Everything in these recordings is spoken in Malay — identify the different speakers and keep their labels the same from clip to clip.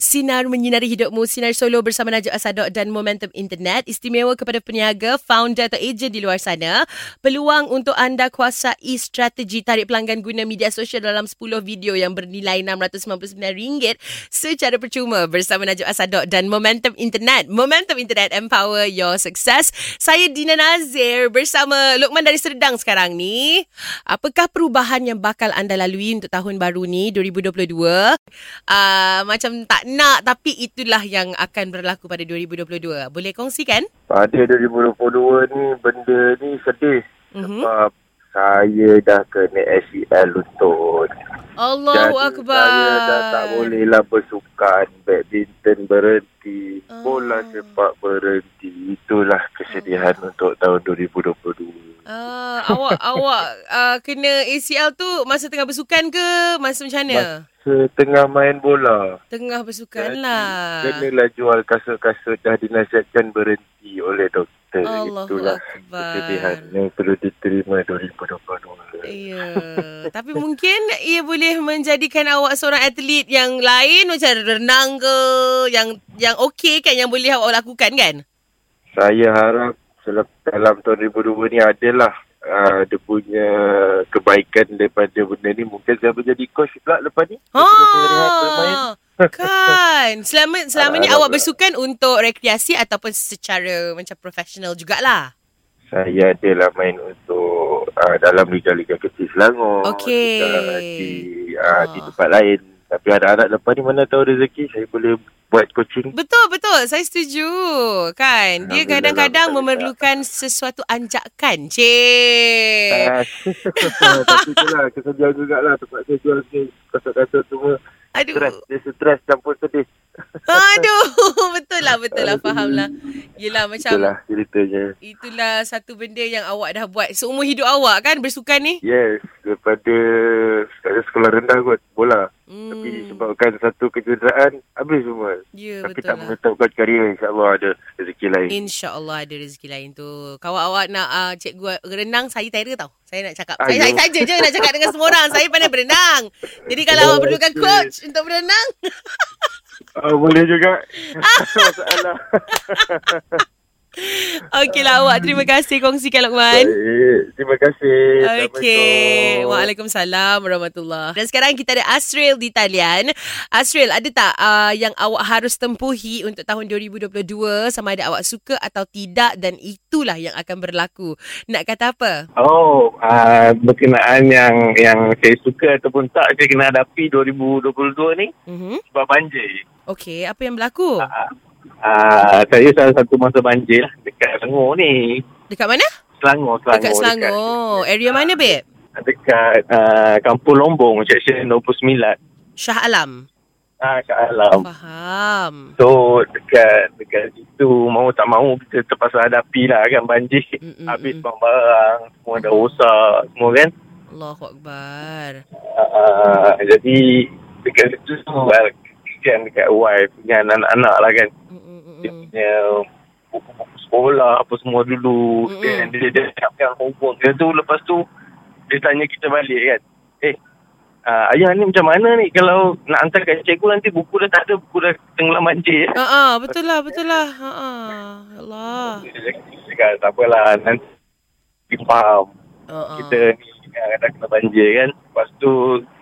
Speaker 1: Sinar Menyinari Hidupmu, Sinar Solo bersama Najib Asadok dan Momentum Internet. Istimewa kepada peniaga, founder atau ejen di luar sana. Peluang untuk anda kuasai strategi tarik pelanggan guna media sosial dalam 10 video yang bernilai RM699 secara percuma bersama Najib Asadok dan Momentum Internet. Momentum Internet Empower Your Success. Saya Dina Nazir bersama Lukman dari Serdang sekarang ni. Apakah perubahan yang bakal anda lalui untuk tahun baru ni 2022? Uh, macam tak nak tapi itulah yang akan berlaku pada 2022. Boleh kongsikan?
Speaker 2: Pada 2022 ni benda ni sedih
Speaker 1: Mhm.
Speaker 2: sebab saya dah kena ACL lutut.
Speaker 1: Allahu akbar.
Speaker 2: saya dah tak bolehlah bersukan, badminton berhenti,
Speaker 1: Ah.
Speaker 2: bola sepak berhenti. Itulah kesedihan untuk tahun 2022.
Speaker 1: Ah, awak awak uh, kena ACL tu masa tengah bersukan ke masa macam mana?
Speaker 2: Setengah main bola.
Speaker 1: tengah bersukan
Speaker 2: Jadi,
Speaker 1: lah.
Speaker 2: Kenalah jual kasut-kasut dah dinasihatkan berhenti oleh doktor.
Speaker 1: Allahu
Speaker 2: Itulah
Speaker 1: akbar.
Speaker 2: kesedihan yang perlu diterima 2022.
Speaker 1: Ya, tapi mungkin ia boleh menjadikan awak seorang atlet yang lain macam renang ke, yang yang okey kan yang boleh awak lakukan kan?
Speaker 2: saya harap selep, dalam tahun 2002 ni adalah uh, dia punya kebaikan daripada benda ni mungkin saya boleh jadi coach pula lepas ni
Speaker 1: Ha.
Speaker 2: Lepas saya rehat bermain
Speaker 1: Kan. Selama selama ni
Speaker 2: Harap
Speaker 1: awak
Speaker 2: lah.
Speaker 1: bersukan untuk rekreasi ataupun secara macam profesional jugalah.
Speaker 2: saya adalah main untuk uh, dalam liga-liga kecil Selangor
Speaker 1: Okey.
Speaker 2: juga di,
Speaker 1: Ah.
Speaker 2: uh, di tempat lain tapi anak-anak lepas ni mana tahu rezeki saya boleh buat coaching
Speaker 1: Betul betul, saya setuju. Kan, dia
Speaker 2: Alhamdulillah,
Speaker 1: kadang-kadang
Speaker 2: betul,
Speaker 1: memerlukan sesuatu anjakan. Cik.
Speaker 2: Ah, tapi itulah kesedihan jugalah tempat saya jual ni kasut-kasut semua
Speaker 1: Aduh.
Speaker 2: stres dia stres campur sedih
Speaker 1: Aduh, betul lah, betul lah, faham lah. Yelah macam itulah.
Speaker 2: itulah ceritanya
Speaker 1: itulah satu benda yang awak dah buat seumur hidup awak kan bersukan ni.
Speaker 2: Yes, daripada sekali sekolah rendah kot bola.
Speaker 1: Hmm.
Speaker 2: Hmm. Tapi disebabkan satu kecederaan habis semua.
Speaker 1: Ya,
Speaker 2: Tapi
Speaker 1: betul
Speaker 2: tak
Speaker 1: lah.
Speaker 2: menetapkan karya insya-Allah ada rezeki lain.
Speaker 1: InsyaAllah ada rezeki lain tu. Kawan awak nak uh, cikgu renang, saya Tyra tau. Saya nak cakap. Saya,
Speaker 2: Ayo.
Speaker 1: saya saja je nak cakap dengan semua orang. Saya pandai berenang. Jadi kalau awak perlukan
Speaker 2: Oh, Okey.
Speaker 1: coach untuk berenang,
Speaker 2: Oh, boleh juga. Masalah.
Speaker 1: okeylah awak. Terima kasih kongsikan Lokman.
Speaker 2: Baik, Eh, terima kasih.
Speaker 1: Okey.
Speaker 2: Assalamualaikum.
Speaker 1: Waalaikumsalam warahmatullahi. Dan sekarang kita ada Asril di talian. Asril, ada tak uh, yang awak harus tempuhi untuk tahun 2022 sama ada awak suka atau tidak dan itulah yang akan berlaku. Nak kata apa?
Speaker 3: Oh, uh, berkenaan yang yang saya suka ataupun tak saya kena hadapi 2022 ni
Speaker 1: Mhm.
Speaker 3: sebab banjir.
Speaker 1: Okey, apa yang berlaku?
Speaker 3: Ah. Uh, saya salah satu masa banjir lah dekat Selangor ni.
Speaker 1: Dekat mana?
Speaker 3: Selangor, Ah. Selangor.
Speaker 1: Dekat Selangor. Oh, Area mana, babe?
Speaker 3: Dekat, dekat uh, Kampung Lombong, Section 29.
Speaker 1: Shah Alam.
Speaker 3: Ah, kat Alam.
Speaker 1: Faham.
Speaker 3: So, dekat dekat situ mau tak mau kita terpaksa hadapi lah kan banjir.
Speaker 1: Mm-mm.
Speaker 3: Habis barang-barang, semua dah rosak, semua kan.
Speaker 1: Allahu Akbar.
Speaker 3: Ah, jadi dekat situ well, kesian dekat wife dengan anak-anak lah kan.
Speaker 1: Mm,
Speaker 3: Dia
Speaker 1: Mm-mm.
Speaker 3: punya buku-buku sekolah apa semua dulu.
Speaker 1: Mm-mm.
Speaker 3: Dan dia, dia, dia nak pegang homework dia tu. Lepas tu dia tanya kita balik kan. Eh, uh, ayah ni macam mana ni kalau nak hantar kat cikgu nanti buku dah tak ada. Buku dah tenggelam banjir.
Speaker 1: Ha ah, betul lah, betul lah. Ha ah. Allah.
Speaker 3: Dia cakap tak apalah nanti kita faham.
Speaker 1: Ha ah.
Speaker 3: kita ni kadang kena banjir kan. Lepas tu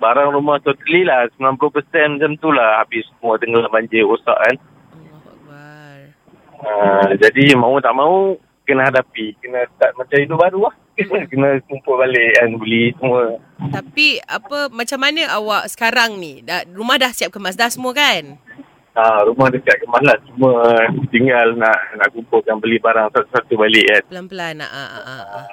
Speaker 3: barang rumah totally lah 90% macam tu lah habis semua tenggelam banjir rosak kan.
Speaker 1: Allahu Akbar.
Speaker 3: Uh, jadi mau tak mau kena hadapi. Kena start macam hidup baru lah. kena kumpul balik kan beli semua.
Speaker 1: Tapi apa macam mana awak sekarang ni? Dah, rumah dah siap kemas dah semua kan?
Speaker 3: Uh, rumah dekat Kemal lah semua tinggal nak nak kumpulkan beli barang satu-satu balik kan.
Speaker 1: Pelan-pelan nak ah ah ah. ah.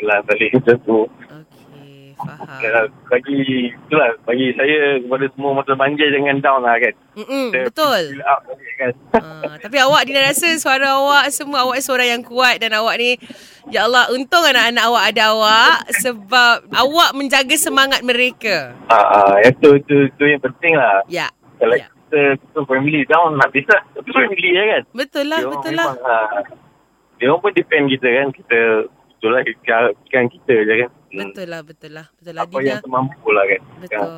Speaker 3: Pelan balik macam tu.
Speaker 1: Okey, faham.
Speaker 3: Uh, bagi itulah bagi saya kepada semua masa banjir jangan down lah kan.
Speaker 1: Mm-mm,
Speaker 3: Kita
Speaker 1: betul.
Speaker 3: Build up balik kan.
Speaker 1: Ah, tapi awak Dina rasa suara awak semua awak seorang yang kuat dan awak ni ya Allah untung anak-anak awak ada awak sebab awak menjaga semangat mereka.
Speaker 3: Ah, ah, itu, itu itu yang penting lah.
Speaker 1: Ya.
Speaker 3: Kalau
Speaker 1: Ya.
Speaker 3: kita kita family down nak bisa tapi family je kan.
Speaker 1: Betul lah,
Speaker 3: Dia orang
Speaker 1: betul lah.
Speaker 3: memang, ah, dia orang pun depend kita kan. Kita betul lah kita harapkan kita je kan. Hmm,
Speaker 1: Betul lah, betul lah. Betul lah
Speaker 3: Apa yang
Speaker 1: Dina.
Speaker 3: semampu lah kan.
Speaker 1: Betul.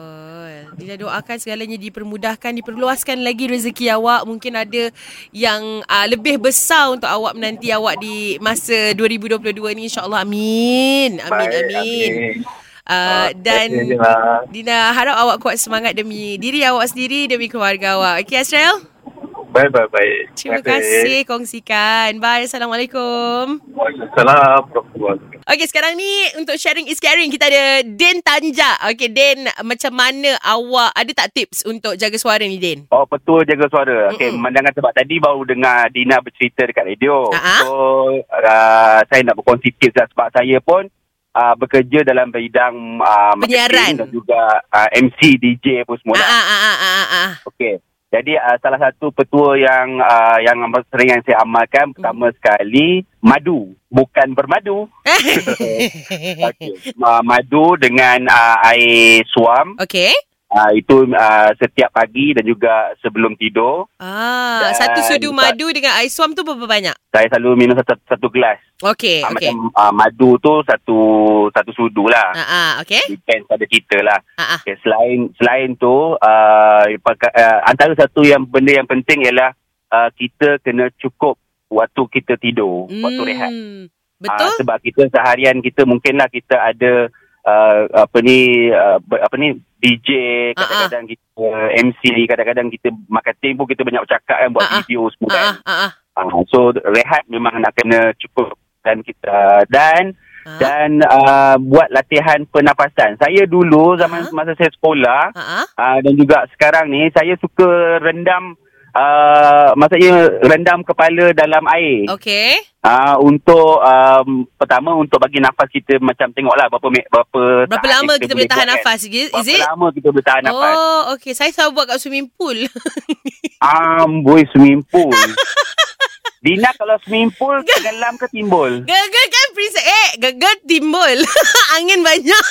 Speaker 1: Kita doakan segalanya dipermudahkan, diperluaskan lagi rezeki awak. Mungkin ada yang uh, lebih besar untuk awak menanti awak di masa 2022 ni insya-Allah. Amin. Amin
Speaker 3: Baik,
Speaker 1: amin.
Speaker 3: amin.
Speaker 1: Uh,
Speaker 3: Ah,
Speaker 1: dan
Speaker 3: saya je lah.
Speaker 1: Dina harap awak kuat semangat demi diri awak sendiri, demi keluarga awak. Okey Azrael?
Speaker 3: Baik, baik, baik.
Speaker 1: Terima kasih kongsikan. Bye. Assalamualaikum.
Speaker 3: Waalaikumsalam. warahmatullahi
Speaker 1: Okey, sekarang ni untuk sharing is caring kita ada Din Tanja. Okey, Din, macam mana awak ada tak tips untuk jaga suara ni, Din?
Speaker 4: Oh betul jaga suara. Okey,
Speaker 1: Mm-mm.
Speaker 4: pemandangan sebab tadi baru dengar Dina bercerita dekat radio.
Speaker 1: Ha-ha.
Speaker 4: So uh, saya nak berkongsi tips lah sebab saya pun uh, bekerja dalam bidang uh,
Speaker 1: Penyiaran.
Speaker 4: marketing dan juga uh, MC DJ apa
Speaker 1: Ah
Speaker 4: semua. lah.
Speaker 1: ah ah ah ah, ah ah.
Speaker 4: Okey. Jadi uh, salah satu petua yang uh, yang amat sering yang
Speaker 1: Mm.
Speaker 4: saya amalkan pertama sekali madu, bukan bermadu. Okey. Uh, madu dengan uh, air suam
Speaker 1: Okey.
Speaker 4: uh, itu uh, setiap pagi dan juga sebelum tidur.
Speaker 1: Ah,
Speaker 4: Dan
Speaker 1: satu sudu
Speaker 4: tak-
Speaker 1: madu dengan air suam tu berapa banyak?
Speaker 4: saya selalu minum satu, satu gelas.
Speaker 1: Okey, Eh,
Speaker 4: Ah,
Speaker 1: okey.
Speaker 4: Macam uh, madu tu satu satu sudu lah.
Speaker 1: Ah ah, okey.
Speaker 4: Depends pada kita lah.
Speaker 1: Ah ah.
Speaker 4: Okay, selain selain tu, uh, pakai, uh, antara satu yang benda yang penting ialah uh, kita kena cukup waktu kita tidur, hmm. waktu rehat.
Speaker 1: Hmm,
Speaker 4: Ah,
Speaker 1: Betul?
Speaker 4: sebab kita seharian kita mungkinlah kita ada uh, apa ni uh, ber- apa ni DJ
Speaker 1: Ah, ah.
Speaker 4: kadang-kadang kita uh, MC kadang-kadang kita marketing pun kita banyak bercakap kan buat
Speaker 1: Ah, ah.
Speaker 4: video semua kan.
Speaker 1: Ah ah ah ah.
Speaker 4: Uh, so rehat memang nak kena cukup dan kita dan
Speaker 1: Ah,
Speaker 4: dan uh, buat latihan pernafasan. Saya dulu zaman
Speaker 1: Ah.
Speaker 4: masa saya sekolah
Speaker 1: Ah ah.
Speaker 4: uh, dan juga sekarang ni saya suka rendam uh, maksudnya rendam kepala dalam air.
Speaker 1: Okey.
Speaker 4: Uh, untuk um, pertama untuk bagi nafas kita macam tengoklah berapa me- berapa
Speaker 1: Berapa
Speaker 4: saat
Speaker 1: lama kita boleh tahan
Speaker 4: buat,
Speaker 1: nafas? Is
Speaker 4: Kan. Berapa
Speaker 1: it?
Speaker 4: lama kita boleh tahan nafas?
Speaker 1: Oh, okey. Saya selalu buat kat swimming pool.
Speaker 4: Amboi swimming pool. Dina kalau swimming pool tenggelam ke timbul?
Speaker 1: Gegar kan prinsip Eh gegar timbul Angin banyak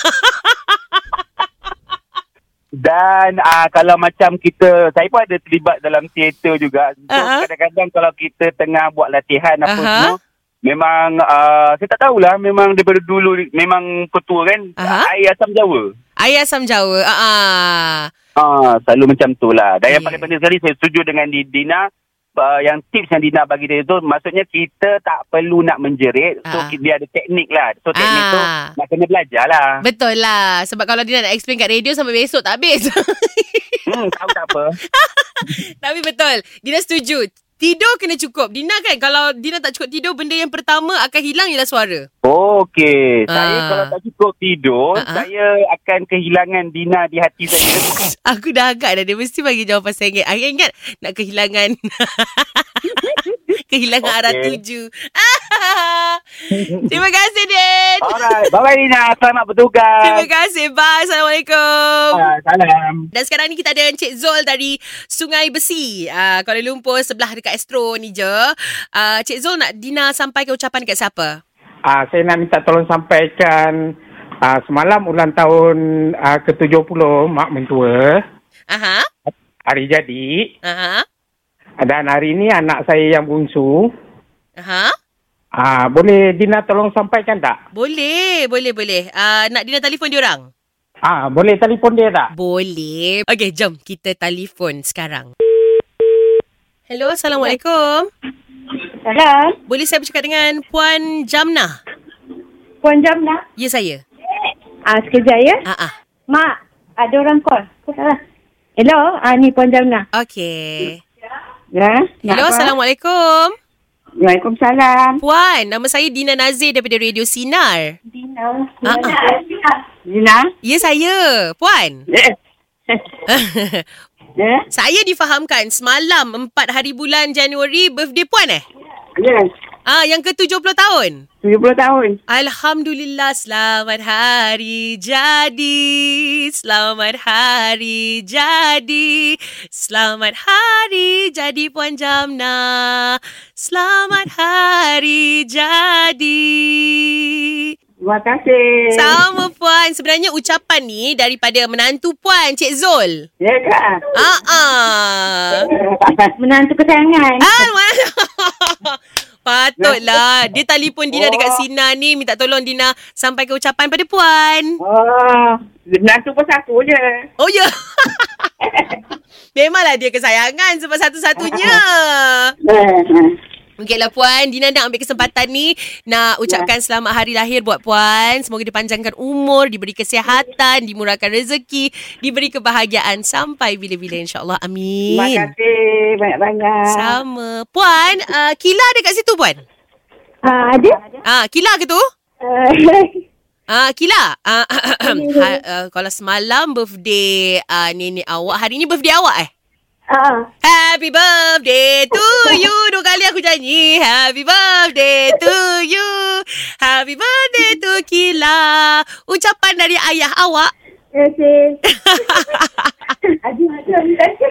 Speaker 4: Dan uh, kalau macam kita, saya pun ada terlibat dalam teater juga. So,
Speaker 1: Ah, ah.
Speaker 4: kadang-kadang kalau kita tengah buat latihan apa
Speaker 1: Aha.
Speaker 4: semua, memang, uh, saya tak tahulah, memang daripada dulu, ni- memang ketua kan,
Speaker 1: Aha.
Speaker 4: air asam Jawa.
Speaker 1: Air asam jawa ah, ah.
Speaker 4: Ah, selalu macam tu lah. Dan yang
Speaker 1: Yeah.
Speaker 4: paling penting sekali, saya setuju dengan Di- Dina, uh, yang tips yang Dina bagi dia tu, maksudnya kita tak perlu nak menjerit, so
Speaker 1: Ah.
Speaker 4: ki- dia ada teknik lah. So teknik tu,
Speaker 1: Ah.
Speaker 4: nak kena belajar lah.
Speaker 1: Betul lah Sebab kalau dia nak explain kat radio Sampai besok tak habis
Speaker 4: Hmm, tahu tak apa.
Speaker 1: Tapi betul Dina setuju Tidur kena cukup Dina kan Kalau Dina tak cukup tidur Benda yang pertama Akan hilang ialah suara
Speaker 4: Oh, okey. Saya
Speaker 1: Ah.
Speaker 4: kalau tak cukup tidur,
Speaker 1: Ah, ah.
Speaker 4: saya akan kehilangan Dina di hati saya.
Speaker 1: Aku dah agak dah Dia mesti bagi jawapan sengit Aku ingat Nak kehilangan Kehilangan okay. arah
Speaker 4: Okey.
Speaker 1: tuju Terima kasih Din
Speaker 4: Alright. Bye-bye, Dina. Selamat bertugas.
Speaker 1: Terima kasih Bye Assalamualaikum
Speaker 4: Ah, Salam.
Speaker 1: Dan sekarang ni kita ada Encik Zul dari Sungai Besi. Uh, Kuala Lumpur sebelah dekat Astro ni je. Uh, Encik Zul nak Dina sampaikan ucapan dekat siapa?
Speaker 5: Ah, saya nak minta tolong sampaikan ah, semalam ulang tahun ah, ke-70 mak mentua
Speaker 1: Aha.
Speaker 5: hari jadi
Speaker 1: Aha.
Speaker 5: dan hari ini anak saya yang bungsu
Speaker 1: Aha.
Speaker 5: ah, boleh Dina tolong sampaikan tak?
Speaker 1: Boleh, boleh, boleh. Uh, nak Dina telefon diorang?
Speaker 5: Ah, boleh telefon dia tak?
Speaker 1: Boleh. Okey, jom kita telefon sekarang. Hello, Assalamualaikum.
Speaker 6: Salam.
Speaker 1: Boleh saya bercakap dengan Puan Jamnah?
Speaker 6: Puan Jamna.
Speaker 1: Ya, saya.
Speaker 6: Ah, sekejap ya.
Speaker 1: Ah, ah.
Speaker 6: Mak, ada orang call. Kau salah. Hello, ah, ni Puan Jamna.
Speaker 1: Okey.
Speaker 6: Ya. nak
Speaker 1: Hello,
Speaker 6: apa?
Speaker 1: Assalamualaikum.
Speaker 6: Waalaikumsalam.
Speaker 1: Puan, nama saya Dina Nazir daripada Radio Sinar.
Speaker 6: Dina.
Speaker 1: Ah,
Speaker 6: Dina.
Speaker 1: Ya, saya. Puan.
Speaker 6: Eh. Eh.
Speaker 1: saya difahamkan semalam 4 hari bulan Januari birthday puan eh?
Speaker 6: Ya.
Speaker 1: Ah, yang ke-70 tahun.
Speaker 6: 70 tahun.
Speaker 1: Alhamdulillah selamat hari jadi. Selamat hari jadi. Selamat hari jadi Puan Jamna. Selamat hari jadi.
Speaker 6: Terima kasih.
Speaker 1: Sama puan. Sebenarnya ucapan ni daripada menantu puan Cik Zul.
Speaker 6: Ya kak.
Speaker 1: Ah ah.
Speaker 6: Menantu kesayangan.
Speaker 1: Ah, mana? Patutlah. Dia telefon Dina dekat Sina ni. Minta tolong Dina sampaikan ucapan pada Puan.
Speaker 6: Oh,
Speaker 5: Ah, nak tu pun satu je.
Speaker 1: Oh ya. Memanglah dia kesayangan sebab satu-satunya.
Speaker 6: Ya.
Speaker 1: Okeylah Puan, Dina nak ambil kesempatan ni nak ucapkan selamat hari lahir buat Puan. Semoga dipanjangkan umur, diberi kesihatan, dimurahkan rezeki, diberi kebahagiaan sampai bila-bila insyaAllah. Amin.
Speaker 6: Terima kasih banyak-banyak.
Speaker 1: Sama. Puan, uh, Kila ada kat situ Puan?
Speaker 6: Ah, ada?
Speaker 1: Ah, Kila ke tu? Ah,
Speaker 6: Ah,
Speaker 1: Kila, ah, ha- ah, kalau semalam birthday ah, nenek awak, hari ni birthday awak eh?
Speaker 6: ah,
Speaker 1: Happy birthday to you Dua kali aku nyanyi Happy birthday to you Happy birthday to Kila Ucapan dari ayah awak
Speaker 6: terima kasih. Ada, ada, ada.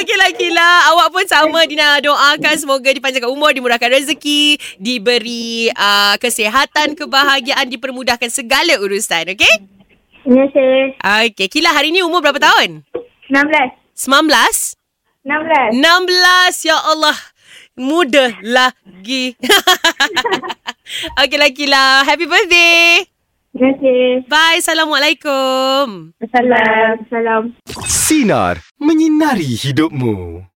Speaker 1: Okeylah Kila Awak pun sama Dina doakan Semoga dipanjangkan umur Dimurahkan rezeki Diberi uh, kesihatan Kebahagiaan Dipermudahkan segala urusan Okey
Speaker 6: Terima kasih.
Speaker 1: Okey Kila hari ni umur berapa tahun? 19?
Speaker 6: 16. 16.
Speaker 1: 16 ya Allah muda lagi. Okeylah Kila, happy birthday.
Speaker 6: Terima kasih.
Speaker 1: Bye, Assalamualaikum.
Speaker 6: Salam. Salam.
Speaker 7: Sinar. Menyinari hidupmu.